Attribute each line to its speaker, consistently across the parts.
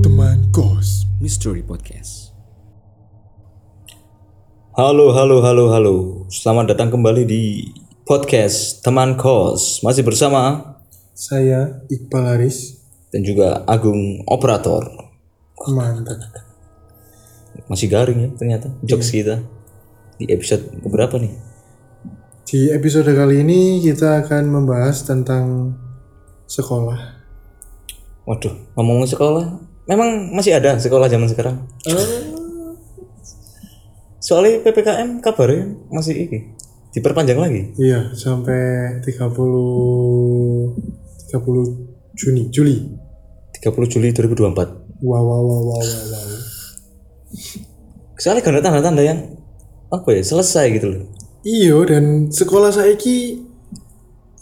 Speaker 1: Teman kos,
Speaker 2: Mystery Podcast. Halo, halo, halo, halo. Selamat datang kembali di podcast Teman Kos. Masih bersama
Speaker 1: saya Iqbal Aris.
Speaker 2: dan juga Agung Operator.
Speaker 1: Mantap.
Speaker 2: Masih garing ya ternyata jokes kita. Di episode keberapa nih?
Speaker 1: Di episode kali ini kita akan membahas tentang sekolah.
Speaker 2: Waduh, ngomong sekolah. Memang masih ada sekolah zaman sekarang.
Speaker 1: Oh.
Speaker 2: Soalnya PPKM kabarnya masih ini diperpanjang lagi.
Speaker 1: Iya, sampai 30 30 Juni, Juli.
Speaker 2: 30 Juli 2024.
Speaker 1: Wow wow wow wow wow. wow.
Speaker 2: Soalnya gak ada tanda-tanda yang apa ya selesai gitu loh.
Speaker 1: Iya, dan sekolah saiki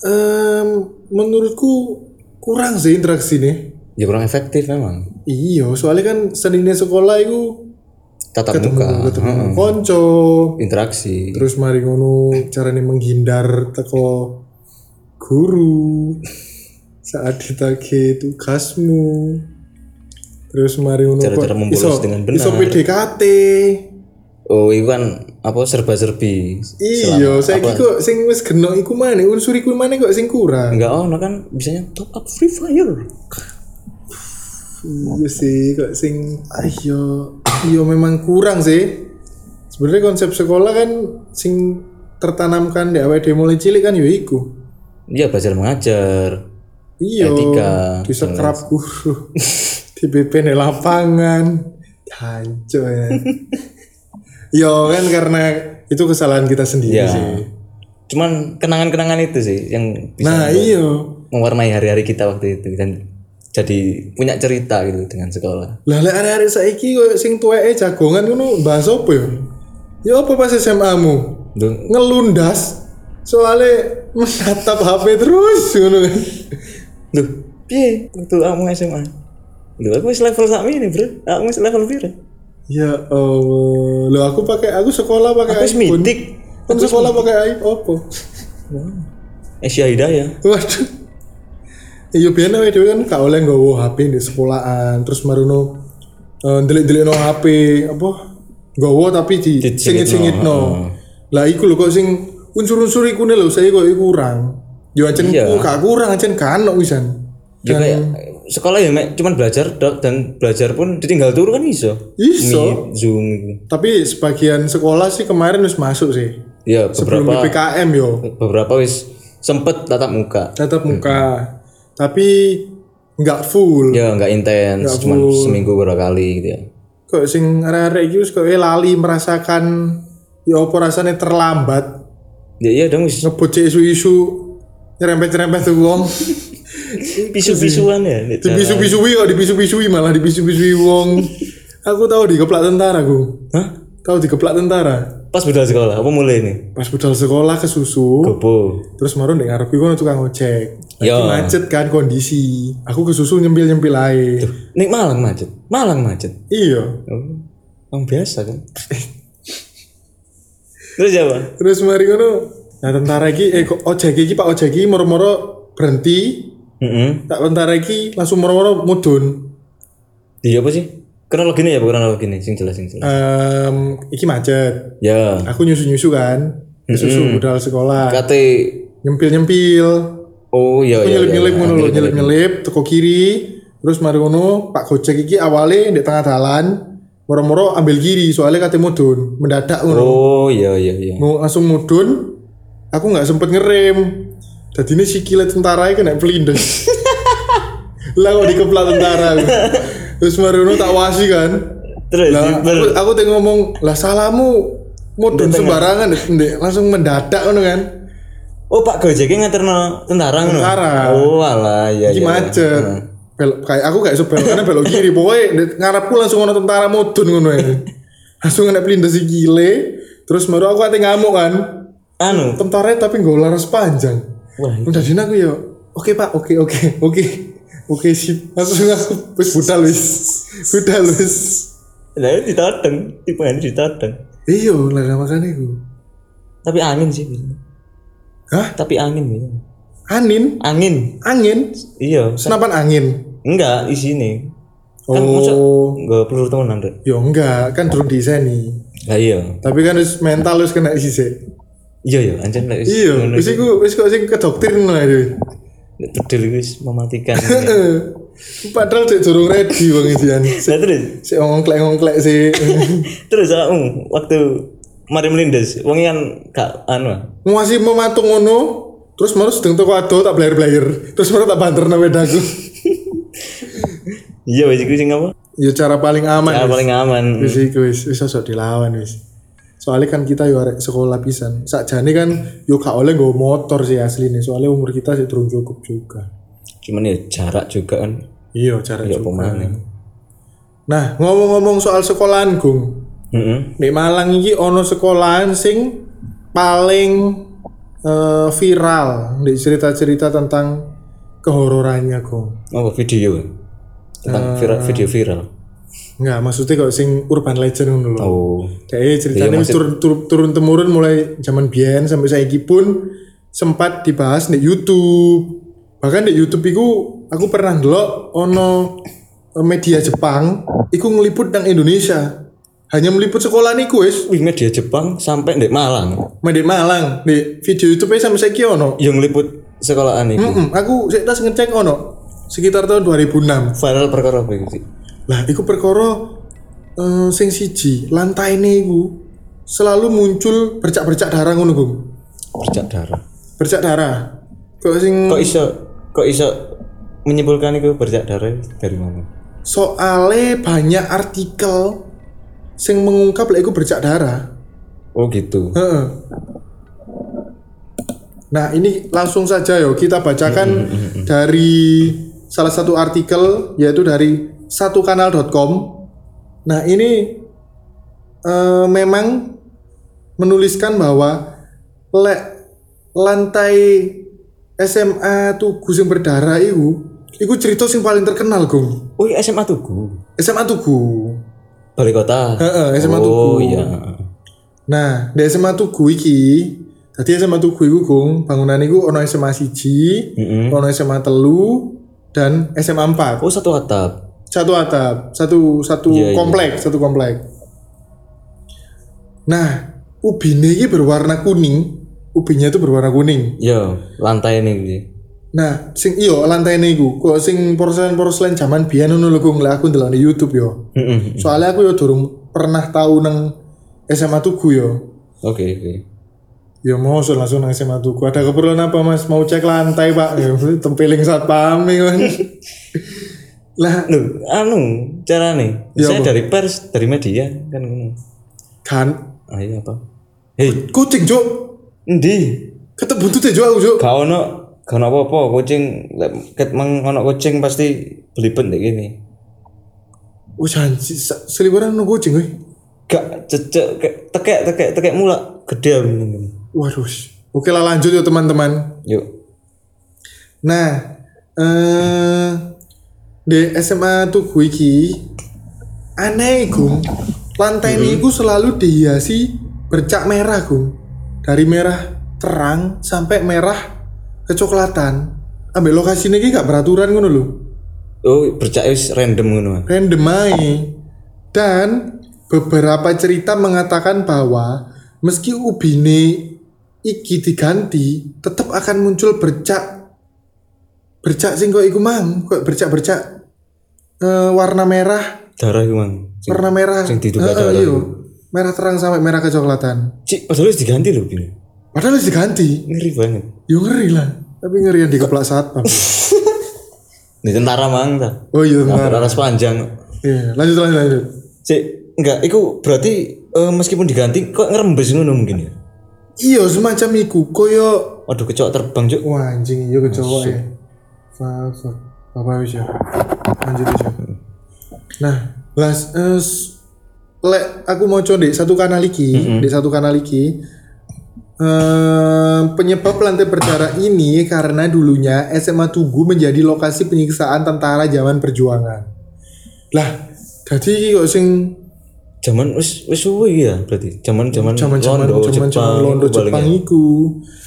Speaker 1: em, menurutku kurang sih interaksi nih.
Speaker 2: Ya kurang efektif memang.
Speaker 1: Iya, soalnya kan senine sekolah itu
Speaker 2: Tatap
Speaker 1: ketemu
Speaker 2: muka, Hmm.
Speaker 1: ketemu
Speaker 2: heeh.
Speaker 1: konco,
Speaker 2: interaksi.
Speaker 1: terus mari ngono carane menghindar teko guru saat ditagih tugasmu terus mari ngono kok
Speaker 2: Cara-cara membolos dengan benar.
Speaker 1: iso PDKT
Speaker 2: Oh, itu kan apa serba-serbi.
Speaker 1: iya saya kok sing wis genok iku mana unsur iku mana kok sing kurang
Speaker 2: Enggak ono kan biasanya top up free fire.
Speaker 1: iya sih kok sing ayo iya memang kurang sih sebenarnya konsep sekolah kan sing tertanamkan di awal mulai cilik kan yo iku
Speaker 2: Iya belajar mengajar.
Speaker 1: Iya,
Speaker 2: Etika,
Speaker 1: di sekrap guru, di PP di lapangan, hancur ya. Yo kan karena itu kesalahan kita sendiri
Speaker 2: Ya.
Speaker 1: Iya sih.
Speaker 2: Cuman kenangan-kenangan itu sih yang bisa
Speaker 1: Nah iya,
Speaker 2: mewarnai hari-hari kita waktu itu dan jadi punya cerita gitu dengan sekolah.
Speaker 1: lah lek hari-hari saiki koyo sing tuweke jagongan ngono bahas apa yo? Ya apa pas SMA mu?
Speaker 2: Dong,
Speaker 1: Ngelundas soalnya menatap HP terus ngono kan.
Speaker 2: duh, piye waktu aku SMA? Duh, aku masih level sak ini, Bro. Aku masih level pira?
Speaker 1: Ya Allah, lo aku pakai aku sekolah pakai
Speaker 2: Aku wis
Speaker 1: iPhone.
Speaker 2: mitik.
Speaker 1: Kan sekolah pakai iPhone apa?
Speaker 2: Asia Hidayah.
Speaker 1: Waduh. Iya biyen awake dhewe kan gak oleh nggawa HP di sekolahan, terus marono eh ndelik-ndelikno HP apa nggawa tapi di
Speaker 2: Dicingitno,
Speaker 1: singit-singitno. Lah iku lho kok sing unsur-unsur iku ne lho saya kok iku kurang. Yo ancen
Speaker 2: Iya.
Speaker 1: ku gak kurang ancen gak ono wisan.
Speaker 2: Ya kayak sekolah ya Mek, cuman belajar dok dan belajar pun ditinggal turu kan iso.
Speaker 1: Iso.
Speaker 2: Meet, Zoom gitu.
Speaker 1: Tapi sebagian sekolah sih kemarin wis masuk sih.
Speaker 2: Ya
Speaker 1: Belum
Speaker 2: beberapa
Speaker 1: PPKM yo.
Speaker 2: beberapa wis sempet tatap muka.
Speaker 1: Tatap muka. Tapi nggak full.
Speaker 2: Ya nggak intens, cuman seminggu berapa kali gitu ya.
Speaker 1: kok sing arek-arek iki wis kok lali merasakan ya apa rasane terlambat
Speaker 2: Ya iya dong wis
Speaker 1: ngebut cek isu-isu nyerempet-nyerempet tuh wong
Speaker 2: pisu-pisuan ya. Nek jalan.
Speaker 1: dibisu-bisui kok dibisu-bisui malah dibisu-bisui wong aku tahu digeplak tentara aku
Speaker 2: Hah?
Speaker 1: tahu digeplak tentara
Speaker 2: Pas budal sekolah apa mulai nih?
Speaker 1: pas budal sekolah ke susu
Speaker 2: Gopo.
Speaker 1: terus marun nek ngarep iku ono tukang ojek lagi
Speaker 2: Ya.
Speaker 1: macet kan kondisi aku ke susu nyempil-nyempil ae
Speaker 2: Nih Malang macet. Malang macet.
Speaker 1: iya
Speaker 2: Oh. Yang biasa kan. Terus apa?
Speaker 1: terus mari ngono nah tentara iki eh kok ojek iki Pak ojek iki moro-moro berhenti
Speaker 2: Heeh.
Speaker 1: tak bentar lagi langsung moro-moro mudun
Speaker 2: Iya apa sih? Kronologinya ya, kronologinya sing jelas
Speaker 1: Ah.
Speaker 2: sing jelas.
Speaker 1: Em, iki macet
Speaker 2: Ya.
Speaker 1: aku nyusu-nyusu kan susu budal sekolah
Speaker 2: Kate
Speaker 1: nyempil-nyempil
Speaker 2: Kan. Oh iya iya.
Speaker 1: nyelip-nyelip ngono lho, nyelip-nyelip teko kiri terus mari ngono Pak Gojek iki awale di tengah dalan moro-moro ambil kiri soalnya kate mudun mendadak ngono
Speaker 2: Oh iya iya iya.
Speaker 1: mau langsung mudun aku nggak sempet ngerem jadi ini sikile tentara iki kena pelindes lah kok dikeplak tentara terus mari ngono tak wasi kan
Speaker 2: Terus
Speaker 1: Lah, aku,
Speaker 2: ber-
Speaker 1: aku tadi ngomong lah salahmu mudun sembarangan ndek langsung mendadak ngono kan
Speaker 2: Oh Pak Gojek ngaterno tentara ngono.
Speaker 1: Tentara.
Speaker 2: Oh alah iya
Speaker 1: iki
Speaker 2: iya.
Speaker 1: macet belok kayak aku gak iso belok kanan belok kiri pokoknya ndek ngarepku langsung ono tentara mudun ngono ya langsung kena pelindas iki gile Terus baru aku ati ngamuk kan.
Speaker 2: Anu.
Speaker 1: Tentara tapi nggak laras panjang.
Speaker 2: Wah, iya.
Speaker 1: Udah dina aku ya. Oke Pak, oke oke oke. Oke sip. Langsung aku wis budal wis. Budal wis.
Speaker 2: lah ditodong, tipe ini ditodong.
Speaker 1: Iya, lah makane iku.
Speaker 2: Tapi angin sih. Bin.
Speaker 1: Hah?
Speaker 2: Tapi angin Bin.
Speaker 1: Anin,
Speaker 2: Angin.
Speaker 1: angin,
Speaker 2: Iya.
Speaker 1: senapan angin.
Speaker 2: Enggak di sini. Kan maksud-
Speaker 1: Oh,
Speaker 2: Enggak peluru temenan, Dek.
Speaker 1: yo enggak, kan durung diiseni.
Speaker 2: Lah iya.
Speaker 1: Tapi kan wis mental wis kena sisik.
Speaker 2: Iya ya, anjir lek wis
Speaker 1: Iya,
Speaker 2: ngono
Speaker 1: wis iku wis kok sing kedoktrin lah itu.
Speaker 2: lek bedil wis mematikan.
Speaker 1: Heeh. Eh, Padahal cek durung ready wong isian.
Speaker 2: Lah terus,
Speaker 1: Sik ngongklek-ngongklek sih.
Speaker 2: terus aku waktu mari melindas, wong kan gak anu.
Speaker 1: Masih mematung ngono, terus malah sedeng teko ado tak blayer-blayer. Terus malah tak banter nang wedaku.
Speaker 2: Iya wis iku sing apa?
Speaker 1: Ya cara paling
Speaker 2: Ah,
Speaker 1: aman.
Speaker 2: paling aman.
Speaker 1: Wis iku wis wis ojo dilawan wis. Soalnya kan kita yo arek sekolah pisan. Sakjane kan yo gak oleh nggo motor sih asline. Soalnya umur kita sih durung cukup juga.
Speaker 2: Cuman ya jarak juga kan.
Speaker 1: Iya, cara
Speaker 2: Ya
Speaker 1: cukup.
Speaker 2: pemane.
Speaker 1: Nah, ngomong-ngomong soal sekolahan, Gung.
Speaker 2: Heeh.
Speaker 1: Di Malang iki ono sekolahan sing paling eh, viral di cerita-cerita tentang kehororannya kok.
Speaker 2: Apa video? ya? Tentang viral, video viral.
Speaker 1: Enggak, maksudnya kok sing urban legend ngono lho.
Speaker 2: Oh.
Speaker 1: Kayak ceritanya wis turun, turun, turun temurun mulai zaman biyen sampai saiki pun sempat dibahas di YouTube. Bahkan di YouTube iku aku pernah ndelok ono eh, media Jepang iku ngeliput nang Indonesia. Hanya meliput sekolah niku wis.
Speaker 2: Wih, media Jepang sampai ndek Malang.
Speaker 1: Mendek Malang di video YouTube sampai saiki ono.
Speaker 2: Yang ngeliput sekolahan iku.
Speaker 1: Mm-mm, aku saya tas ngecek ono sekitar tahun 2006.
Speaker 2: Viral perkara apa iku sih?
Speaker 1: Lah, iku perkara eh, sing siji lantai ini iku selalu muncul bercak-bercak darah ngono Gung.
Speaker 2: Bercak darah.
Speaker 1: Bercak darah. Kok sing
Speaker 2: Kok iso kok iso menyimpulkan itu bercak darah dari mana?
Speaker 1: soale banyak artikel sing mengungkap lek iku bercak darah.
Speaker 2: Oh gitu.
Speaker 1: Heeh. Nah, ini langsung saja yo kita bacakan dari salah satu artikel yaitu dari satukanal.com. Nah, ini eh, memang menuliskan bahwa lek lantai SMA Tugu sing berdarah iku iku cerita sing paling terkenal, Gung.
Speaker 2: Oh iya, SMA Tugu.
Speaker 1: SMA Tugu.
Speaker 2: Balik kota.
Speaker 1: Heeh, SMA Tugu.
Speaker 2: Oh iya.
Speaker 1: Nah, di SMA Tugu iki, tadi SMA Tugu iku Gung, bangunan iku ono SMA siji,
Speaker 2: Mm-mm.
Speaker 1: ono SMA telu, dan SMA 4.
Speaker 2: Oh satu atap.
Speaker 1: Satu atap, satu satu
Speaker 2: Iya, iya.
Speaker 1: komplek, satu komplek. Nah, ubine iki berwarna kuning, ubinya itu berwarna kuning.
Speaker 2: Yo, lantai ini gitu.
Speaker 1: Nah, sing iyo lantai iku, kok sing porselen-porselen zaman biyen ngono lho Gung, lah aku ndelok di YouTube yo.
Speaker 2: Mm-mm.
Speaker 1: Soalnya aku yo durung pernah tahu nang SMA Tugu yo.
Speaker 2: Oke oke.
Speaker 1: Ya mau langsung nang SMA Tugu. Ada keperluan apa mas? Mau cek lantai pak? Ya, tempiling satpam ya kan. lah
Speaker 2: Loh, anu cara nih.
Speaker 1: Iya,
Speaker 2: Saya
Speaker 1: apa?
Speaker 2: dari pers, dari media kan ngono.
Speaker 1: kan eh,
Speaker 2: Ayo apa? Hei,
Speaker 1: kucing cuk.
Speaker 2: endi?
Speaker 1: Ketemu tuh cuk aku cuk.
Speaker 2: Gak ono, gak ono apa-apa kucing. Lek ket mang ono kucing pasti belibet kayak gini.
Speaker 1: Oh janji sa- seliburan nunggu kucing weh.
Speaker 2: Gak cecek ke- tekek tekek tekek mula gede mending.
Speaker 1: Waduh. Oke lah lanjut yuk teman-teman.
Speaker 2: Yuk.
Speaker 1: Nah, eh di SMA Tugu iki aneh Gung. Lantai ini iku selalu dihiasi bercak merah Gung. Dari merah terang sampai merah kecoklatan. Ambil lokasi ini gak beraturan ngono lho.
Speaker 2: Oh, bercak wis random ngono.
Speaker 1: Random ae. Dan beberapa cerita mengatakan bahwa meski ubine iki diganti, tetap akan muncul bercak bercak sing kok iku mang, kok bercak-bercak eh, warna merah,
Speaker 2: Darah iku mang. Sing-
Speaker 1: warna merah.
Speaker 2: sing diduga
Speaker 1: Eh, eh,
Speaker 2: darah
Speaker 1: iyo. merah terang sampai merah kecoklatan.
Speaker 2: Cik, padahal wis diganti lho gini.
Speaker 1: Padahal wis diganti.
Speaker 2: Ngeri banget.
Speaker 1: Yo ngeri lah. Tapi ngeri yang dikeplak satpam.
Speaker 2: Ini tentara mang ta.
Speaker 1: Oh iya,
Speaker 2: Nggak
Speaker 1: benar.
Speaker 2: berlaras panjang.
Speaker 1: Iya, lanjut lanjut lanjut.
Speaker 2: Cik, enggak, iku berarti eh, meskipun diganti kok ngerembes ngono mungkin ya.
Speaker 1: Iya, semacam iku koyo
Speaker 2: Waduh kecok terbang cuk.
Speaker 1: Wah anjing iya kecewa ya. Fuck fuck. Apa wis ya? Lanjut aja. Nah, las es lek aku mau di satu kanal iki, di satu kanal iki eh, penyebab lantai berdarah ini karena dulunya SMA Tugu menjadi lokasi penyiksaan tentara zaman perjuangan. Lah, jadi iki kok sing
Speaker 2: Zaman wis wis suwe ya berarti. Zaman-zaman
Speaker 1: zaman-zaman
Speaker 2: Londo, gitu
Speaker 1: zaman-zaman Londo Jepang ya.
Speaker 2: ya.
Speaker 1: iku.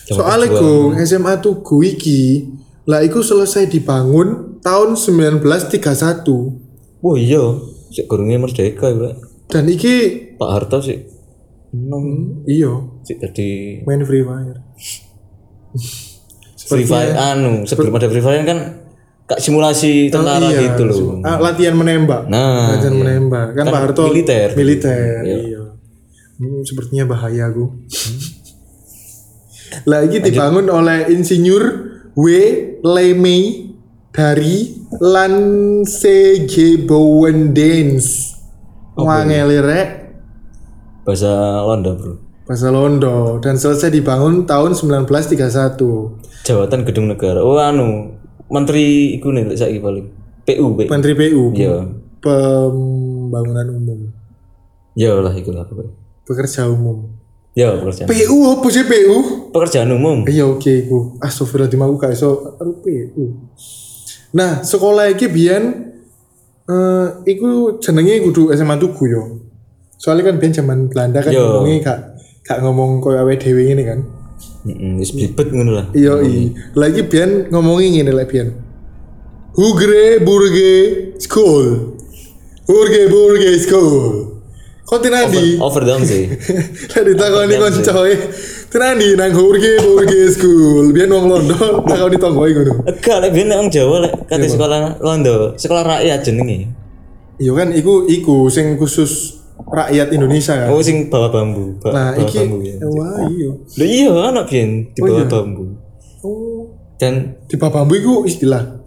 Speaker 1: Soale Gong, SMA Tugu iki lah iku selesai dibangun tahun 1931.
Speaker 2: Wah iya, sik gurunge merdeka ya, Pak.
Speaker 1: Dan iki
Speaker 2: Pak Harto sik enom
Speaker 1: iyo
Speaker 2: sik tadi
Speaker 1: main Free Fire.
Speaker 2: Free Fire anu, sebelum ada Free Fire kan kak simulasi
Speaker 1: Oh,
Speaker 2: tentara gitu loh.
Speaker 1: Ah, latihan menembak.
Speaker 2: Nah,
Speaker 1: latihan menembak. Kan, Pak Harto
Speaker 2: militer.
Speaker 1: Militer. Iya. Hmm, sepertinya bahaya aku. Lagi dibangun oleh insinyur W Lemei dari Lance G Bowen Dance. Wangelirek
Speaker 2: bahasa Londo, Bro.
Speaker 1: Bahasa Londo dan selesai dibangun tahun 1931.
Speaker 2: Jabatan Gedung Negara. Oh anu, menteri iku nih lek saiki paling. PU, PU.
Speaker 1: Menteri PU,
Speaker 2: Iya.
Speaker 1: pembangunan umum,
Speaker 2: Ya lah iku lah pokoknya.
Speaker 1: pekerja umum.
Speaker 2: Ya pekerjaan.
Speaker 1: PU apa sih PU?
Speaker 2: Pekerjaan umum.
Speaker 1: Iya oke iku. Astagfirullahaladzim aku gak iso aduh, PU. Nah, sekolah iki biyen eh iku jenenge kudu SMA Tugu yo. Soalnya kan biyen zaman Belanda kan
Speaker 2: Yo.
Speaker 1: ngomongnya gak gak ngomong koyo awake dhewe ngene kan.
Speaker 2: Heeh, wis blibet ngono lah.
Speaker 1: Iya i. Lagi biyen ngomongi ngene lek biyen. Hugre burge school. Hugre burge school. Kok tinandi?
Speaker 2: Overdone sih.
Speaker 1: Lah ditakoni koncoe. Tinandi "Eh, nang hurge burge school. Biyen wong Londo takoni tonggoe ngono.
Speaker 2: Enggak, lek biyen orang Jawa lek kate sekolah Londo, sekolah rakyat jenenge.
Speaker 1: Iya kan iku iku sing khusus rakyat Indonesia kan.
Speaker 2: Oh sing bawa bambu, ba
Speaker 1: Nah,
Speaker 2: bawa
Speaker 1: iki
Speaker 2: bambu ya.
Speaker 1: wah iya.
Speaker 2: Lho iya ana biyen di bawah bambu.
Speaker 1: Oh,
Speaker 2: Dan
Speaker 1: di Babambu iku istilah.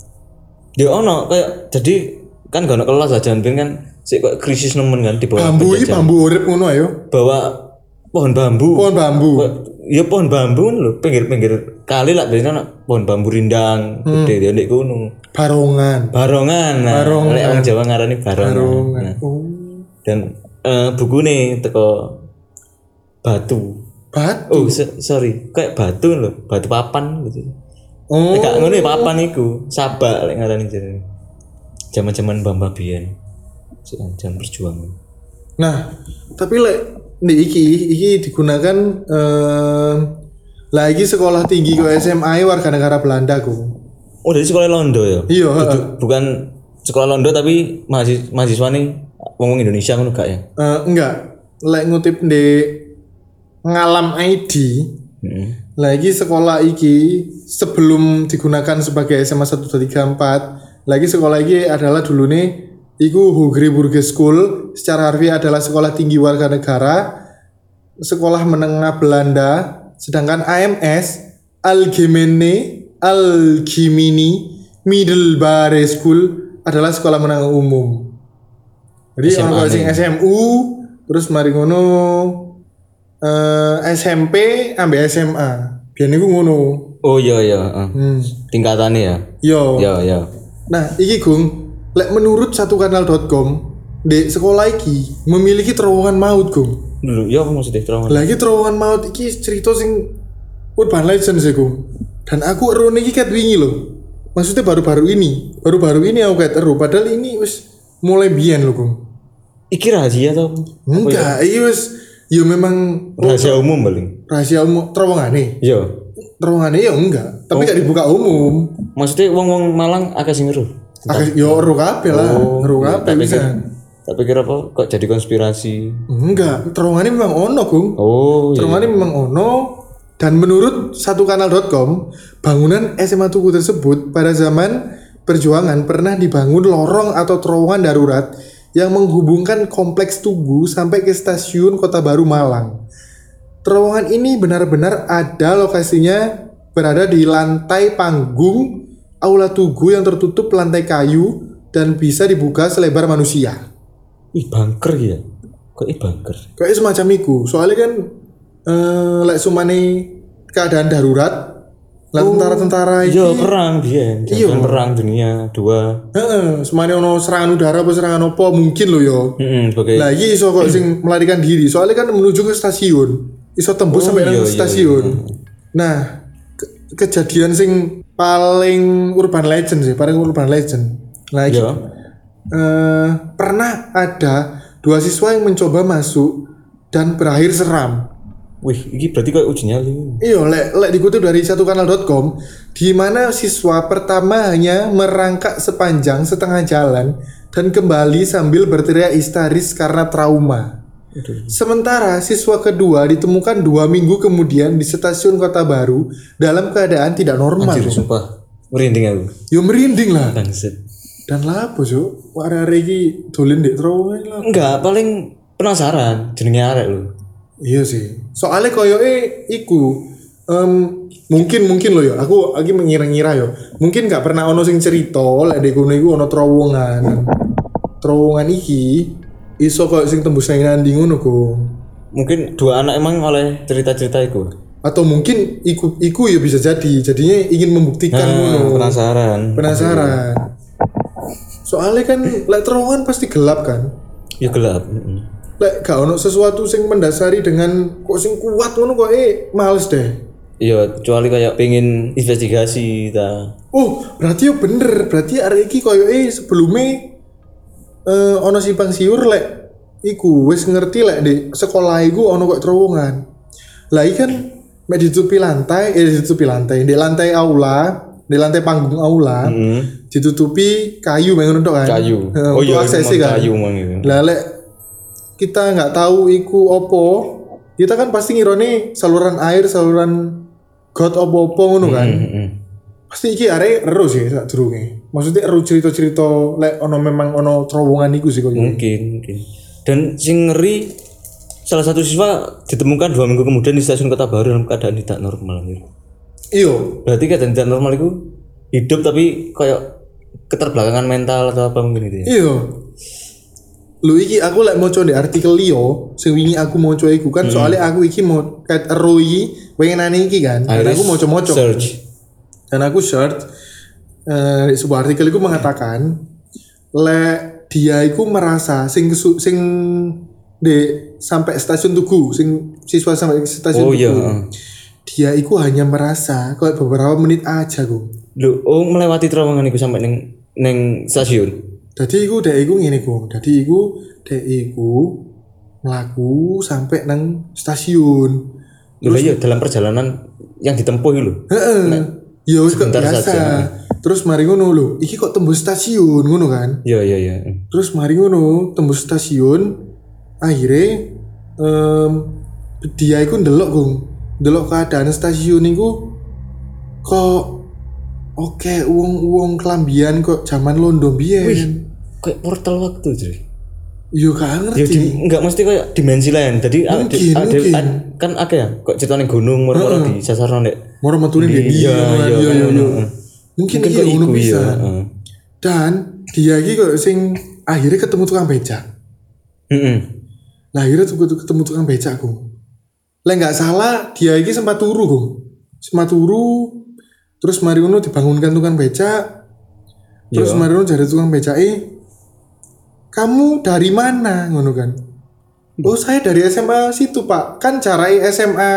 Speaker 2: dia ono kayak jadi kan gak ono kelas aja biyen kan sik kok krisis nemen kan di bawah
Speaker 1: Bambu iki bambu urip ngono ayo.
Speaker 2: bawa pohon bambu.
Speaker 1: Pohon bambu.
Speaker 2: Ya pohon bambu lho, pinggir-pinggir kali lah biasanya ono pohon bambu rindang
Speaker 1: Hmm.
Speaker 2: gede dia ndek kono.
Speaker 1: Barongan.
Speaker 2: Barongan. Nah,
Speaker 1: Barongan.
Speaker 2: Lek orang Jawa ngarani barongan.
Speaker 1: Barongan.
Speaker 2: Nah,
Speaker 1: Oh.
Speaker 2: dan eh buku nih teko batu.
Speaker 1: Bat.
Speaker 2: Oh, se- sorry, kayak batu lho, batu papan gitu.
Speaker 1: Oh.
Speaker 2: Nek gak ngono ya papan iku, sabak lek ngarani jenenge. Zaman-zaman Bamba Biyen. Jam perjuangan.
Speaker 1: Nah, tapi lek di iki iki digunakan em, lagi sekolah tinggi ke SMA -e warga negara Belanda ku.
Speaker 2: Oh, dari sekolah Londo ya.
Speaker 1: Iya, heeh.
Speaker 2: Itu bukan sekolah Londo tapi mahasiswa mahasiswa nih wong wong Indonesia ngono gak ya?
Speaker 1: Eh, enggak, lek ngutip di ngalam ID
Speaker 2: Heeh.
Speaker 1: lagi sekolah iki sebelum digunakan sebagai SMA 1234 lagi sekolah iki adalah dulu nih iku Hugri Burge School secara harfiah adalah sekolah tinggi warga negara sekolah menengah Belanda sedangkan AMS Algemene Algemini Middelbare School adalah sekolah menengah umum jadi
Speaker 2: SMA
Speaker 1: orang sing
Speaker 2: nih.
Speaker 1: SMU terus mari ngono eh, SMP ambek SMA. Biyen iku ngono.
Speaker 2: Oh iya iya, heeh.
Speaker 1: Hmm. Oh.
Speaker 2: Tingkatannya ya.
Speaker 1: Yo.
Speaker 2: Ya ya.
Speaker 1: Nah, iki Gung, lek menurut satu kanal.com, di sekolah iki memiliki terowongan maut, Gung.
Speaker 2: Dulu ya apa maksudnya trauma?
Speaker 1: Lagi terowongan maut iki cerita sing urban legend sih, Gung. Dan aku erone iki ket wingi lho. Maksudnya baru-baru ini, baru-baru ini aku ket eru padahal ini wis mulai biyen lho, Gung.
Speaker 2: Iki rahasia tau?
Speaker 1: Enggak, iki wis ya memang
Speaker 2: Rahasia umum paling.
Speaker 1: rahasia umum terowongan nih.
Speaker 2: Iya.
Speaker 1: terowongannya ya enggak tapi gak dibuka umum
Speaker 2: Maksudnya wong wong Malang agak sing ngeruh.
Speaker 1: Akeh yo ro kabeh lah, ro kabeh bisa.
Speaker 2: Tapi kira apa kok jadi konspirasi?
Speaker 1: Enggak, terowongannya memang ono, Gung.
Speaker 2: Oh, iya.
Speaker 1: Terowongannya memang ono dan menurut satu kanal.com, bangunan SMA Tugu tersebut pada zaman perjuangan pernah dibangun lorong atau terowongan darurat yang menghubungkan kompleks Tugu sampai ke stasiun Kota Baru Malang. Terowongan ini benar-benar ada lokasinya berada di lantai panggung aula Tugu yang tertutup lantai kayu dan bisa dibuka selebar manusia.
Speaker 2: Ih, bunker ya. Kok ih bunker?
Speaker 1: kayak semacam itu soalnya kan eh lek sumane keadaan darurat Lah tentara-tentara iki.
Speaker 2: Oh.
Speaker 1: iya.
Speaker 2: Iya perang biyen, zaman perang dunia dua.
Speaker 1: Heeh, semane ono serangan udara apa serangan apa mungkin lo yo.
Speaker 2: Heeh, sebagai
Speaker 1: Lah iki iso kok sing melarikan diri. Soalnya kan menuju ke stasiun. Iso tembus sampai nang
Speaker 2: iya, iya,
Speaker 1: stasiun. Nah, ke- kejadian sing paling urban legend sih, paling urban legend. Lah iki
Speaker 2: iya.
Speaker 1: eh, pernah ada dua siswa yang mencoba masuk dan berakhir seram.
Speaker 2: Wih, ini berarti kayak uji nyali.
Speaker 1: Iya, lek lek dikutip dari satu kanal.com, di mana siswa pertama hanya merangkak sepanjang setengah jalan dan kembali sambil berteriak histeris karena trauma. Sementara siswa kedua ditemukan dua minggu kemudian di stasiun Kota Baru dalam keadaan tidak normal.
Speaker 2: Anjir, sumpah. Merinding aku.
Speaker 1: Yo merinding lah.
Speaker 2: Bangset.
Speaker 1: Dan lapo yo, warna regi dolen dek trauma lah.
Speaker 2: Enggak, paling penasaran jenenge arek lu.
Speaker 1: Iya sih. Soalnya koyoke iku em, mungkin mungkin loh yo. Aku lagi mengira-ngira yo. Mungkin gak pernah ono sing cerita lek di kono iku ono terowongan. Terowongan iki iso koyo sing tembus nang ngendi ngono Gong.
Speaker 2: Mungkin dua anak emang oleh cerita-cerita itu.
Speaker 1: Atau mungkin iku iku ya bisa jadi. Jadinya ingin membuktikan Kan ngono.
Speaker 2: Nah, penasaran.
Speaker 1: Penasaran. Soalnya kan lek terowongan pasti gelap kan.
Speaker 2: Ya gelap. Mm-mm.
Speaker 1: Lek gak ono sesuatu sing mendasari dengan kok sing kuat ngono kok eh males deh.
Speaker 2: Iya, kecuali kayak pengen investigasi ta.
Speaker 1: Oh, berarti yo bener. Berarti arek iki koyo eh sebelumnya eh ono simpang siur lek iku wis ngerti lek di sekolah iku ono kok terowongan. Lah iki kan mek ditutupi lantai, eh ditutupi lantai, di lantai aula, di lantai panggung aula, ditutupi kayu mengono tok kan.
Speaker 2: Hmm. Kayu.
Speaker 1: Eh,
Speaker 2: oh
Speaker 1: untuk
Speaker 2: iya,
Speaker 1: akses
Speaker 2: emang
Speaker 1: kan.
Speaker 2: kayu mang itu.
Speaker 1: Lah lek kita nggak tahu iku opo, kita kan pasti ngirone saluran air, saluran got opo-opo
Speaker 2: Hmm.
Speaker 1: ngono kan
Speaker 2: Mm-mm.
Speaker 1: pasti iki arek ero sih sak durunge. Maksudnya ero cerita-cerita lek ono memang ono terowongan iku sih kok. ya.
Speaker 2: Mungkin, mungkin. Dan sing ngeri salah satu siswa ditemukan dua minggu kemudian di stasiun Kota Baru dalam keadaan tidak normal. anjir.
Speaker 1: Iyo,
Speaker 2: Berarti keadaan tidak normal itu hidup tapi kayak keterbelakangan mental atau apa mungkin itu ya.
Speaker 1: iyo. Lu iki aku lek maca di artikel liyo, sing wingi aku maca iku kan soalnya aku iki mau kat ero iki pengenane iki kan. Dan
Speaker 2: Akhirnya
Speaker 1: aku maca-maca.
Speaker 2: Search.
Speaker 1: Dan aku search eh, di sebuah artikel iku mengatakan lek dia iku merasa sing kesu- sing de sampai stasiun Tugu, sing siswa sampai stasiun
Speaker 2: Oh
Speaker 1: Tugu.
Speaker 2: iya.
Speaker 1: dia itu hanya merasa kayak beberapa menit aja gue
Speaker 2: Lu oh melewati terowongan itu sampai neng neng stasiun.
Speaker 1: jadi iku dek iku ngene gue jadi iku dek iku melaku sampai nang stasiun
Speaker 2: Lho lah iya dalam perjalanan yang ditempuh itu.
Speaker 1: heeh ya wis kok
Speaker 2: Sebentar
Speaker 1: biasa
Speaker 2: saja.
Speaker 1: terus mari ngono lho iki kok tembus stasiun ngono kan
Speaker 2: Iya iya iya.
Speaker 1: terus mari ngono tembus stasiun akhirnya em, dia iku ndelok gue ndelok keadaan stasiun iku kok Oke, uang-uang kelambian kok zaman Londo biyen.
Speaker 2: Kayak portal waktu jadi.
Speaker 1: Yo gak
Speaker 2: Ya
Speaker 1: ngerti.
Speaker 2: di, enggak mesti kayak dimensi lain. Jadi ada-
Speaker 1: Mungkin,
Speaker 2: ada-
Speaker 1: mungkin.
Speaker 2: ada- kan akeh ya kok ceritanya gunung moro-moro di sasaran nek.
Speaker 1: Moro metune dia.
Speaker 2: Iya, iya,
Speaker 1: yo yo yo.
Speaker 2: iya.
Speaker 1: Mungkin
Speaker 2: Mungkin
Speaker 1: iki
Speaker 2: kok
Speaker 1: ngono
Speaker 2: iku,
Speaker 1: bisa.
Speaker 2: iya, heeh.
Speaker 1: Dan dia iki kok sing akhirnya ketemu tukang becak.
Speaker 2: Heeh.
Speaker 1: Lah akhirnya tuku- tuku- ketemu tukang becak Gung. Lah nggak salah dia iki sempat turu Gung. Sempat turu terus Mariono dibangunkan tukang becak. Terus
Speaker 2: Iya.
Speaker 1: Mariono jadi tukang becak eh kamu dari mana ngono kan? Oh saya dari SMA situ pak Kan jaraknya SMA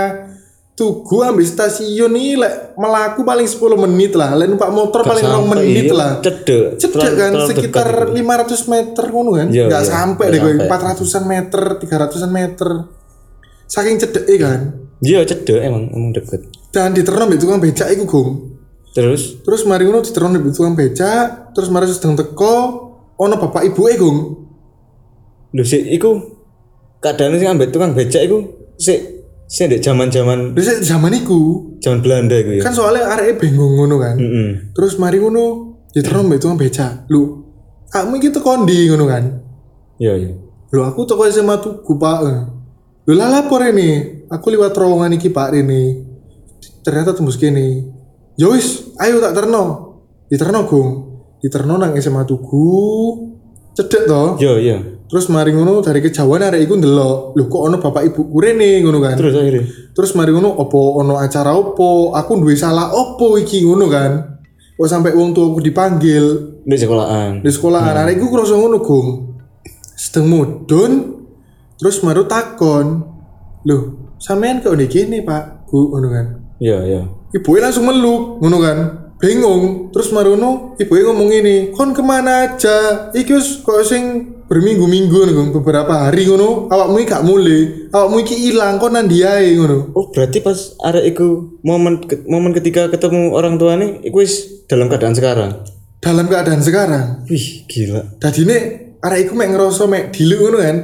Speaker 1: Tugu ambil stasiun nih lek melaku paling 10 menit lah Lek numpak motor paling
Speaker 2: Sampai
Speaker 1: 2 menit
Speaker 2: iya,
Speaker 1: lah
Speaker 2: Cedek.
Speaker 1: Cedek
Speaker 2: Terlalu-
Speaker 1: kan
Speaker 2: terlalu dekat gitu.
Speaker 1: sekitar
Speaker 2: itu.
Speaker 1: 500 meter ngono kan
Speaker 2: Iya,
Speaker 1: Nggak
Speaker 2: iya,
Speaker 1: sampai
Speaker 2: nggak
Speaker 1: deh gue
Speaker 2: sampai.
Speaker 1: 400an meter 300an meter Saking cedek kan
Speaker 2: Iya, cedek emang emang deket.
Speaker 1: Dan diterno ambil tukang becak iku gong
Speaker 2: Terus
Speaker 1: Terus mari ngono diterno ambil tukang becak Terus mari sedang teko Ono bapak ibu eh gong
Speaker 2: lho sik iku keadaan sing ambek tukang becak iku sik sik ndek zaman-zaman
Speaker 1: Terus zaman iku
Speaker 2: zaman Belanda iku ya.
Speaker 1: Kan soalnya arek bingung ngono kan
Speaker 2: Heeh.
Speaker 1: terus mari ngono ya terus mbak tukang becak lu kamu gitu kondi ngono kan
Speaker 2: Iya, iya.
Speaker 1: lu aku toko SMA tuku pak lu lah lapor ini aku liwat terowongan iki pak ini ternyata tembus kene ya wis ayo tak terno diterno gong diterno nang SMA tuku cedek toh
Speaker 2: Iya, iya.
Speaker 1: Terus mari ngono dari kejauhan arek iku ndelok, lho kok ono bapak ibu kurene ngono kan.
Speaker 2: Terus akhirnya.
Speaker 1: Terus mari ngono opo ono acara opo, aku duwe salah opo iki ngono kan. Kok sampai wong tuaku dipanggil
Speaker 2: Di sekolahan.
Speaker 1: di sekolahan arek iku krasa ngono gong. Sedeng mudun terus maru takon. Lho, sampean kok ndek kene, Pak? Bu ngono kan.
Speaker 2: Iya, iya.
Speaker 1: ibunya langsung meluk ngono kan bingung terus marono ibunya ngomong ini kon kemana aja iki wis kok sing berminggu-minggu ngono beberapa hari ngono awakmu iki gak mulai awakmu iki ilang kon nandi ae ngono
Speaker 2: Oh, berarti pas ada iku momen ke- momen ketika ketemu orang tua nih, iku wis dalam keadaan sekarang.
Speaker 1: dalam keadaan sekarang
Speaker 2: Wih, gila.
Speaker 1: dadine arek iku mek ngerasa mek diluk ngono kan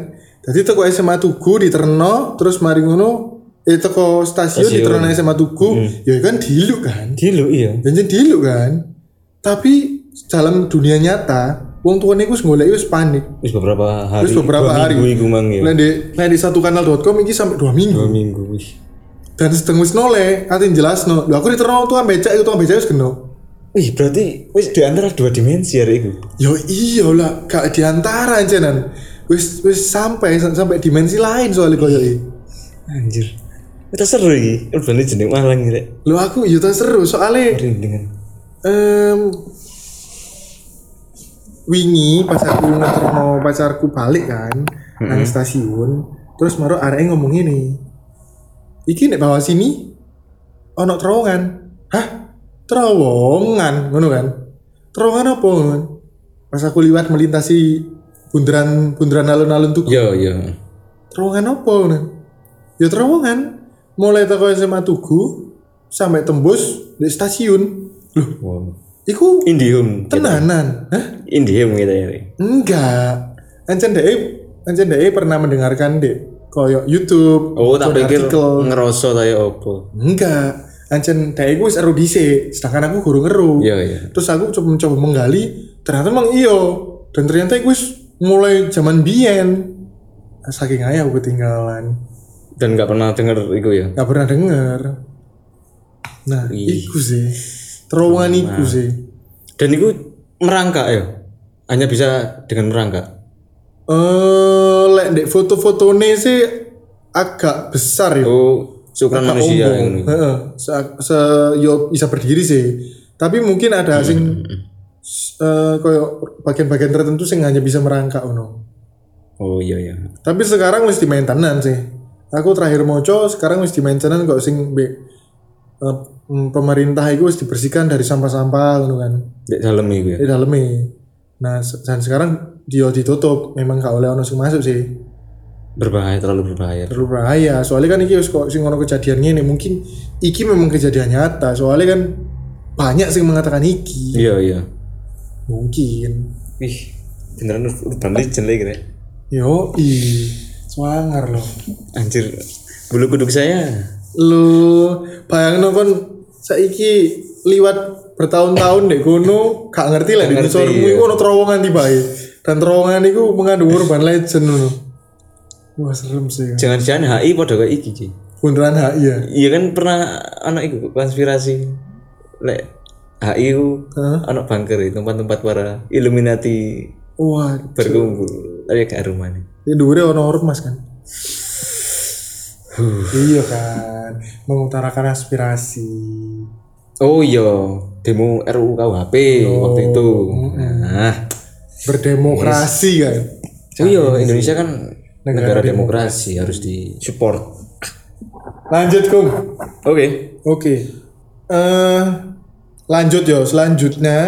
Speaker 1: dadi teko SMA Tugu diterno terus mari ngono eh teko stasiun,
Speaker 2: Stasiun.
Speaker 1: diterno SMA Tugu ya kan diluk kan
Speaker 2: Dulu iya.
Speaker 1: Janjian diluk kan. Tapi dalam dunia nyata, wong tuane ku golek wis panik.
Speaker 2: Wis beberapa hari.
Speaker 1: Wis beberapa
Speaker 2: dua
Speaker 1: hari.
Speaker 2: Minggu iku mang ya.
Speaker 1: Lah di nah di satu kanal.com iki sampai dua minggu.
Speaker 2: Dua minggu wih.
Speaker 1: Dan sedeng wis noleh, ati jelasno. Lho aku diterno tuan becak itu tuan becak wis geno.
Speaker 2: Wih, berarti wis di antara dua dimensi hari iku.
Speaker 1: Yo iya lah, gak diantara jenan. Wis wis sampai sampai dimensi lain soalnya koyo iki.
Speaker 2: Anjir. Kita seru iki. Urban Legend yang Malang iki. Rek.
Speaker 1: Lho aku yo tak seru soalnya
Speaker 2: Rindingan.
Speaker 1: em wingi pas aku nganter mau pacarku balik kan nang stasiun terus maro arek ngomong ini iki nek bawah sini ono terowongan hah terowongan ngono kan terowongan apa ngono kan? pas aku liwat melintasi bundaran bundaran alun-alun tuh
Speaker 2: Iya, iya.
Speaker 1: terowongan apa ngono ya terowongan mulai teko SMA Tugu sampai tembus di stasiun loh
Speaker 2: Wow.
Speaker 1: iku
Speaker 2: Iya, Indium.
Speaker 1: Tenanan? Hah?
Speaker 2: Indium kita ya. Rek.
Speaker 1: Enggak. Ancen dek, ancen dek pernah mendengarkan dek koyo YouTube.
Speaker 2: Oh, tak
Speaker 1: koyo
Speaker 2: pikir
Speaker 1: artikel.
Speaker 2: ngeroso kaya opo.
Speaker 1: Enggak. Ancen dek gue seru dhisik, sedangkan aku guru ngeru.
Speaker 2: Iya, iya.
Speaker 1: Terus aku coba mencoba menggali, ternyata emang iyo. Dan ternyata gue mulai zaman biyen. Saking aja aku ketinggalan.
Speaker 2: Dan nggak pernah denger iku ya.
Speaker 1: Gak pernah denger. Nah,
Speaker 2: Wih.
Speaker 1: iku sih. Terowongan iku sih.
Speaker 2: Dan itu merangkak ya. Hanya bisa dengan merangkak.
Speaker 1: Eh, lek ndek foto-fotone sih agak besar ya.
Speaker 2: Oh, syukuran manusia yang ini.
Speaker 1: Heeh, se, se- yo bisa berdiri sih. Tapi mungkin
Speaker 2: Hmm,
Speaker 1: ada sing s- eh, koyo bagian-bagian tertentu sing hanya bisa merangkak ono.
Speaker 2: Oh iya iya.
Speaker 1: Tapi sekarang wis di maintenance sih. Aku terakhir moco sekarang wis di maintenance kok sing be, eh, mm, pemerintah itu wis dibersihkan dari sampah-sampah ngono kan.
Speaker 2: Di dalam itu ya.
Speaker 1: Di dalamnya. Nah, se- dan sekarang dia ditutup, memang gak oleh ono sing masuk sih.
Speaker 2: Berbahaya terlalu berbahaya.
Speaker 1: terlalu bahaya soalnya kan iki wis kok sing ono kejadian ngene mungkin iki memang kejadian nyata soalnya kan banyak sing mengatakan iki
Speaker 2: Iya iya.
Speaker 1: mungkin
Speaker 2: Wih, beneran urban legend lagi ya.
Speaker 1: yo i swangar lo
Speaker 2: Anjir, bulu kuduk saya.
Speaker 1: lo bayangno kon saiki liwat bertahun-tahun dek kono gak ngerti lah di
Speaker 2: Gak ngerti,
Speaker 1: sormu
Speaker 2: iya.
Speaker 1: iku ono terowongan tiba dan terowongan iku mengandung urban legend lo wah serem sih
Speaker 2: Jangan-jangan HI pada kayak iki Ci.
Speaker 1: bundaran HI ya
Speaker 2: Iya kan pernah anak itu konspirasi. Lek HI itu
Speaker 1: Hah?
Speaker 2: anak bunker itu tempat-tempat para Illuminati
Speaker 1: wah
Speaker 2: berkumpul. Tapi kayak rumah nih.
Speaker 1: Ya dhuwure ono ormas kan. iya kan, mengutarakan aspirasi.
Speaker 2: Oh iya, demo RUU KUHP waktu itu. Nah,
Speaker 1: Berdemokrasi kan.
Speaker 2: oh iya Indonesia kan negara, demokrasi harus di support.
Speaker 1: Lanjut, Kung.
Speaker 2: Oke.
Speaker 1: Oke. Eh lanjut yo, selanjutnya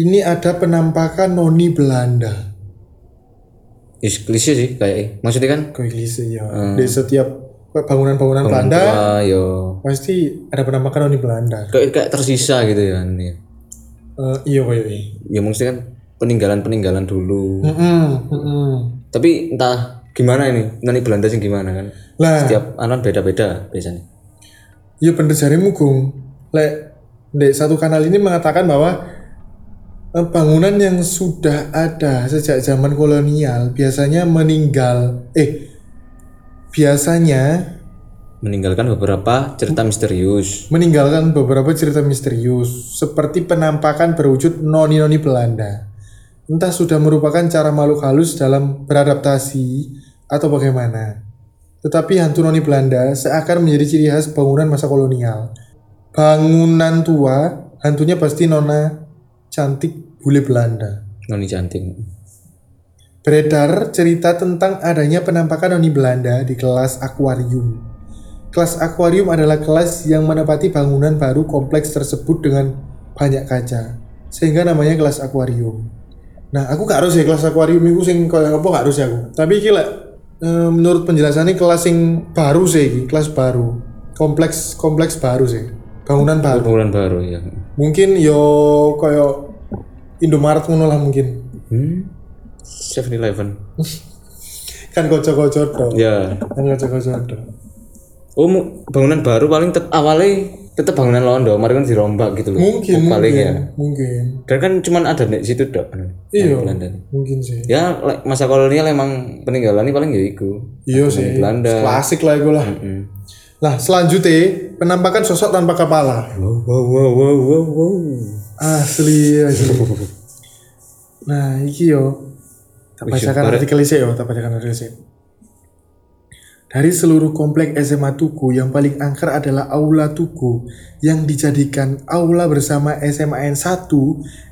Speaker 1: ini ada penampakan noni Belanda.
Speaker 2: Is klise sih kayak maksudnya kan
Speaker 1: Kok klise ya. Di setiap bangunan-bangunan Belanda
Speaker 2: ah yo
Speaker 1: pasti ada penampakan noni Belanda.
Speaker 2: kayak kayak tersisa gitu ya nih.
Speaker 1: Eh iya koyo iki.
Speaker 2: Ya maksudnya kan peninggalan-peninggalan dulu.
Speaker 1: Heeh, heeh.
Speaker 2: Tapi entah gimana ini, nanti Belanda sih gimana kan.
Speaker 1: Lah,
Speaker 2: Setiap anak beda-beda biasanya.
Speaker 1: Ya bener jarimu Gung. Lek Dek, satu kanal ini mengatakan bahwa eh, bangunan yang sudah ada sejak zaman kolonial biasanya meninggal eh biasanya
Speaker 2: Meninggalkan beberapa cerita misterius.
Speaker 1: meninggalkan beberapa cerita misterius seperti penampakan berwujud noni-noni Belanda entah sudah merupakan cara makhluk halus dalam beradaptasi atau bagaimana. Tetapi hantu noni Belanda seakan menjadi ciri khas bangunan masa kolonial. Bangunan tua, hantunya pasti nona cantik bule Belanda.
Speaker 2: Noni cantik.
Speaker 1: Beredar cerita tentang adanya penampakan noni Belanda di kelas akuarium. Kelas akuarium adalah kelas yang menempati bangunan baru kompleks tersebut dengan banyak kaca, sehingga namanya kelas akuarium. Nah, aku gak harus ya kelas akuarium itu sing kayak apa gak harus ya aku. Tapi iki lek, eh, menurut penjelasannya kelas sing baru sih iki, kelas baru. Kompleks kompleks baru sih. Bangunan baru.
Speaker 2: Bangunan baru ya.
Speaker 1: Mungkin yo koyo Indomaret ngono lah mungkin.
Speaker 2: Hmm. Seven Eleven.
Speaker 1: Kan kocok-kocok dong.
Speaker 2: Ya.
Speaker 1: Kan kocok-kocok dong.
Speaker 2: Oh, mu- bangunan baru paling tet awalnya tetap bangunan londo, mari kan dirombak gitu loh.
Speaker 1: Mungkin,
Speaker 2: paling
Speaker 1: mungkin,
Speaker 2: ya.
Speaker 1: mungkin.
Speaker 2: Dan kan cuman ada di situ dok.
Speaker 1: Iya.
Speaker 2: Belanda.
Speaker 1: Mungkin sih.
Speaker 2: Ya, like, masa kolonial emang peninggalan ini paling ya iku.
Speaker 1: Iya sih.
Speaker 2: Belanda.
Speaker 1: Klasik lah itu lah.
Speaker 2: Hmm.
Speaker 1: Lah, selanjutnya penampakan sosok tanpa kepala.
Speaker 2: Wow, wow, wow, wow, wow, wow.
Speaker 1: Asli, asli. Nah, iki yo. Tak bacakan artikel sih yo, tak bacakan artikel sih. Dari seluruh komplek SMA Tugu yang paling angker adalah Aula Tugu yang dijadikan aula bersama SMAN 1,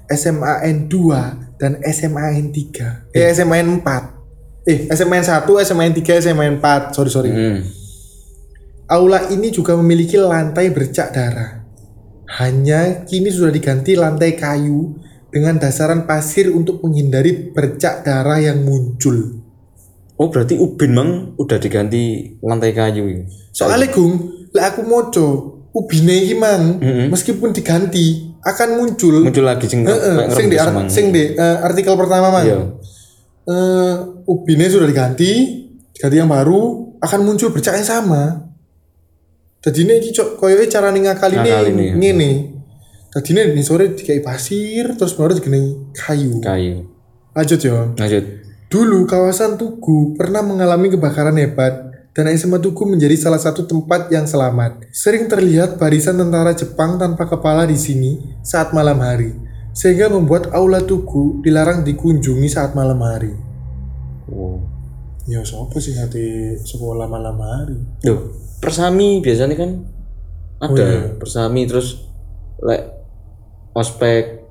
Speaker 1: SMAN 2, dan SMAN 3. Eh, SMAN 4. Eh, SMAN 1, SMAN 3, SMAN 4. Sorry, sorry.
Speaker 2: Hmm.
Speaker 1: Aula ini juga memiliki lantai bercak darah. Hanya kini sudah diganti lantai kayu dengan dasaran pasir untuk menghindari bercak darah yang muncul.
Speaker 2: Oh berarti ubin mang udah diganti lantai kayu ya?
Speaker 1: Soalnya Gung, lek aku moco, ubine iki mang, meskipun diganti akan muncul.
Speaker 2: muncul lagi sing
Speaker 1: Heeh,
Speaker 2: kayak
Speaker 1: sing di
Speaker 2: ngerembes,
Speaker 1: ar-
Speaker 2: Mang.
Speaker 1: sing di, eh, artikel pertama mang.
Speaker 2: Iya.
Speaker 1: Eh, ubine sudah diganti, diganti yang baru akan muncul bercak yang sama. Jadi ini cok, koyoke cara nih ngakali
Speaker 2: Ngakali
Speaker 1: ini,
Speaker 2: nih.
Speaker 1: ini. Tadi ini sore dikai pasir, terus baru dikenai kayu.
Speaker 2: kayu.
Speaker 1: Lanjut ya.
Speaker 2: Lanjut.
Speaker 1: Dulu kawasan Tugu pernah mengalami kebakaran hebat dan SMA Tugu menjadi salah satu tempat yang selamat. Sering terlihat barisan tentara Jepang tanpa kepala di sini saat malam hari, sehingga membuat aula Tugu dilarang dikunjungi saat malam hari.
Speaker 2: Wow.
Speaker 1: Ya siapa sih hati sekolah malam hari?
Speaker 2: Loh, persami biasanya kan ada
Speaker 1: iya.
Speaker 2: persami terus lek ospek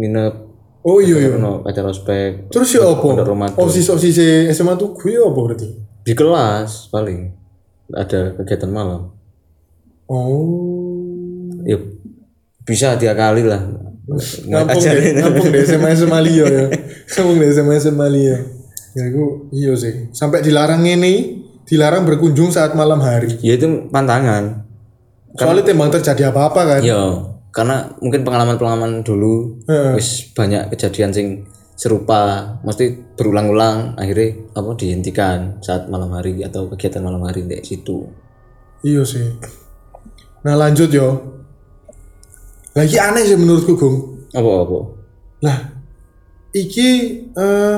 Speaker 2: nginep
Speaker 1: Oh iya iya.
Speaker 2: ono acara ospek
Speaker 1: Terus ya apa?
Speaker 2: Pondok Ramadan.
Speaker 1: Osis-osis SMA Tugu ya apa berarti?
Speaker 2: di kelas paling ada kegiatan malam.
Speaker 1: Oh.
Speaker 2: Ya bisa diakali lah.
Speaker 1: Ngampung deh, ngampung deh SMA SMA Lio ya. Ngampung deh SMA SMA Lio. Ya iku iya sih. Sampai dilarang ini, dilarang berkunjung saat malam hari.
Speaker 2: Ya itu pantangan.
Speaker 1: Soalnya tembang terjadi apa-apa kan.
Speaker 2: Ya, karena mungkin pengalaman-pengalaman dulu
Speaker 1: Heeh.
Speaker 2: wis banyak kejadian sing serupa, mesti berulang-ulang akhirnya apa dihentikan saat malam hari atau kegiatan malam hari di situ.
Speaker 1: Iya sih. Nah, lanjut yo. Lagi aneh sih menurutku, Gung.
Speaker 2: Apa apa?
Speaker 1: Lah, Nah, iki eh,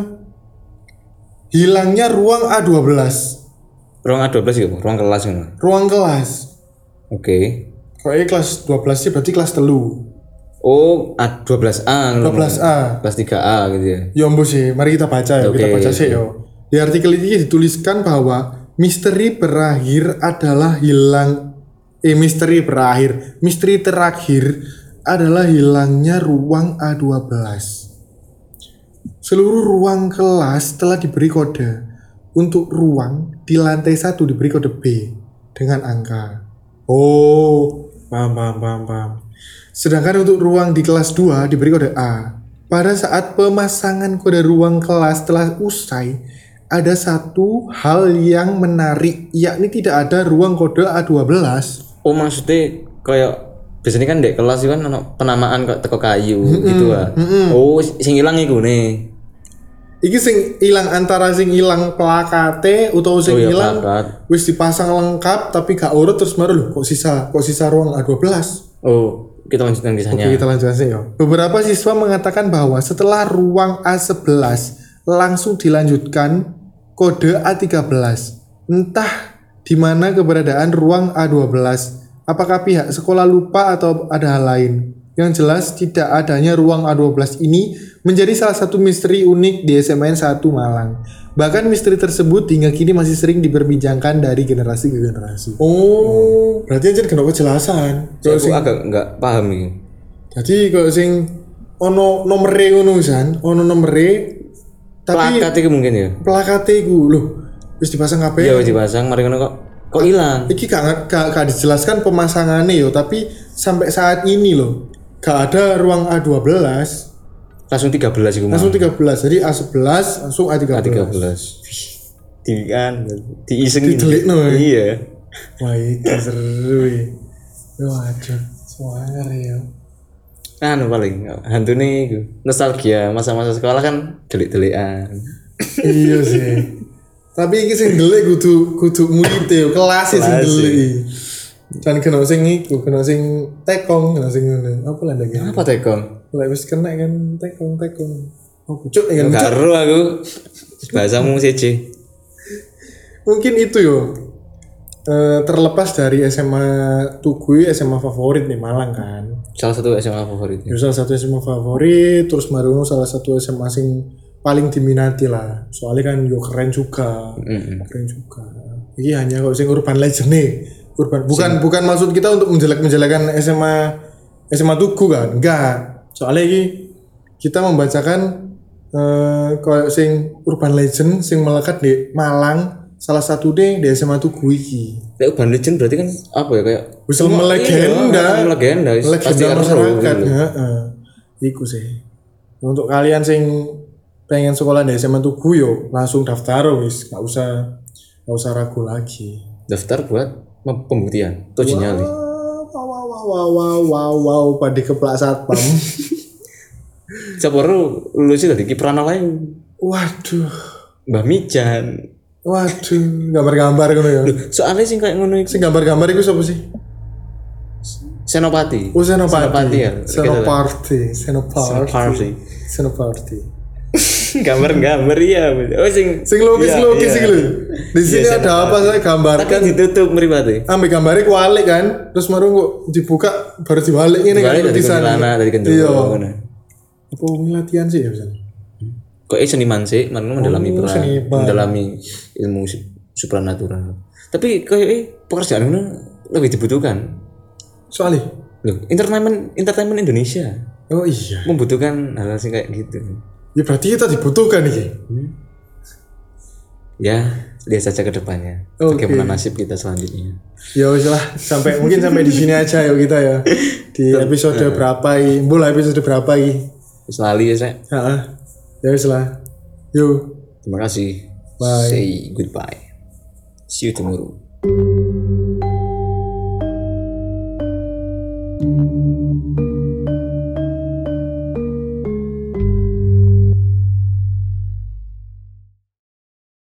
Speaker 1: hilangnya ruang A12,
Speaker 2: Ruang A12 ya, Bu? ruang kelas ngono.
Speaker 1: ruang kelas.
Speaker 2: Oke.
Speaker 1: Kalau kelas 12 sih berarti kelas telu.
Speaker 2: Oh, A12A ngono.
Speaker 1: 12A.
Speaker 2: Kelas 3A gitu ya.
Speaker 1: Ya Mbok sih, mari kita baca ya, kita
Speaker 2: Oke.
Speaker 1: baca sih yo. Di artikel ini dituliskan bahwa misteri berakhir adalah hilang eh misteri berakhir, misteri terakhir adalah hilangnya ruang A12. Seluruh ruang kelas telah diberi kode. Untuk ruang di lantai satu diberi kode B dengan angka. Oh, paham, paham, paham, paham. Sedangkan untuk ruang di kelas 2 diberi kode A. Pada saat pemasangan kode ruang kelas telah usai, ada satu hal yang menarik, yakni tidak ada ruang kode A12.
Speaker 2: Oh, maksudnya kayak biasanya kan dek kelas itu kan ono penamaan kok teko kayu gitu ah. Oh, sing ilang iku nih.
Speaker 1: Iki sing ilang antara sing ilang plakate atau sing
Speaker 2: Oh ya,
Speaker 1: ilang
Speaker 2: plakat.
Speaker 1: wis dipasang lengkap tapi gak urut terus baru "Loh, kok sisa kok sisa ruang A12.
Speaker 2: Oh, kita lanjutkan kisahnya.
Speaker 1: Oke, kita lanjut aja ya. Beberapa siswa mengatakan bahwa setelah ruang A11 langsung dilanjutkan kode A13. Entah di mana keberadaan ruang A12. Apakah pihak sekolah lupa atau ada hal lain? Yang jelas tidak adanya ruang A12 ini menjadi salah satu misteri unik di SMN 1 Malang. Bahkan misteri tersebut hingga kini masih sering diperbincangkan dari generasi ke generasi.
Speaker 3: Oh,
Speaker 1: Berarti anjir kenapa jelasan?
Speaker 2: Saya aku agak nggak paham ini.
Speaker 1: Jadi kalau sing ono nomere ngono San, ono nomere tapi
Speaker 2: Plakat itu mungkin ya.
Speaker 1: plakate iku lho wis dipasang kabeh.
Speaker 2: Ya wis dipasang mari ngono kok kok hilang.
Speaker 1: Iki gak, nge- gak, gak dijelaskan pemasangannya yo, tapi sampai saat ini loh gak ada ruang A12
Speaker 2: Langsung 13 iku mah.
Speaker 1: langsung 13. Jadi A11 langsung A13.
Speaker 2: 13. Wih, Di kan diiseng
Speaker 1: Didelikno, ya.
Speaker 2: Iya.
Speaker 1: Wah, iki seru iki. Wah, ajak suara ya.
Speaker 2: Anu paling hantune iku nostalgia masa-masa sekolah kan delik-delikan.
Speaker 1: iya sih. Tapi iki sing delik kudu kudu murid yo, kelas sih sing
Speaker 2: Kelas
Speaker 1: delik.
Speaker 2: sih.
Speaker 1: iki. Dan kena sing iku, kena sing tekong, kena sing ngene. Apa lah lagi?
Speaker 2: Apa tekon?
Speaker 1: Lek wis kena kan tekong tekong. Oh, pucuk ya kan.
Speaker 2: Enggak ero aku. Bahasamu siji.
Speaker 1: Mungkin itu yo. Eh, terlepas dari SMA Tugu, SMA favorit nih Malang kan.
Speaker 2: Salah satu SMA favorit.
Speaker 1: Yo
Speaker 2: ya.
Speaker 1: salah satu SMA favorit, terus Marungu salah satu SMA sing paling diminati lah. Soalnya kan yo keren juga.
Speaker 2: Mm-mm.
Speaker 1: keren juga ini hanya kok sing urban legend nih urban bukan bukan maksud kita untuk menjelek menjelekan SMA SMA Tugu kan enggak soalnya ini kita membacakan eh kayak sing urban legend sing melekat di Malang salah satu deh di SMA Tugu iki
Speaker 2: Lek Urban Legend berarti kan apa ya kayak
Speaker 1: Wis melegenda.
Speaker 2: Iya, melegenda. Pasti
Speaker 1: legenda
Speaker 2: ero
Speaker 1: masyarakat
Speaker 2: gitu.
Speaker 1: kan? heeh. iku sih untuk kalian sing pengen sekolah di SMA Tugu yo langsung daftar wis gak usah gak usah ragu lagi
Speaker 2: Daftar buat mem- pembuktian. Tujuh nyali.
Speaker 1: wow wow wow wow wow wow wow pada keplak satpam
Speaker 2: Siapa ero lulus dari kiperan lain.
Speaker 1: waduh
Speaker 2: Mbah Mijan.
Speaker 1: waduh gambar-gambar ngono ya
Speaker 2: Soalnya sing kayak ngono iku
Speaker 1: sing gambar-gambar itu siapa sih
Speaker 2: Senopati.
Speaker 1: oh Senopati
Speaker 2: Senopati ya,
Speaker 1: Senopati Senopati
Speaker 2: Party.
Speaker 1: Senopati
Speaker 2: Gambar-gambar iya. Oh sing
Speaker 1: sing lukis
Speaker 2: iya,
Speaker 1: lukis
Speaker 2: iya.
Speaker 1: sih lho di sini
Speaker 2: Iya,
Speaker 1: ada apa saya
Speaker 2: Tapi
Speaker 1: gambarkan
Speaker 2: ditutup ya? meripati.
Speaker 1: ambil gambarnya kualik kan terus baru kok dibuka baru dibalik ini kan
Speaker 2: Kembali dari Kuntilanak, dari Kendoro.
Speaker 1: iya
Speaker 2: ngono.
Speaker 1: apa ini latihan sih ya misalnya
Speaker 2: Kok eh seniman sih, mana mendalami
Speaker 1: Oh,
Speaker 2: peran,
Speaker 1: seniman.
Speaker 2: mendalami ilmu su- supranatural. Tapi kayak eh pekerjaan ngono lebih dibutuhkan.
Speaker 1: soalnya
Speaker 2: Loh, entertainment entertainment Indonesia
Speaker 1: oh iya
Speaker 2: membutuhkan hal-hal sih kayak gitu.
Speaker 1: ya berarti kita dibutuhkan nih
Speaker 2: Ya, lihat saja ke depannya.
Speaker 1: Oke.
Speaker 2: Bagaimana nasib kita selanjutnya.
Speaker 1: ya wis lah sampai mungkin sampai di sini aja yuk kita ya di episode
Speaker 2: Nah.
Speaker 1: berapa ini mulai episode berapa ini
Speaker 2: Terus lali ya, saya.
Speaker 1: Heeh. ya wis lah yuk
Speaker 2: Terima kasih.
Speaker 1: Bye.
Speaker 2: Say goodbye. See you tomorrow.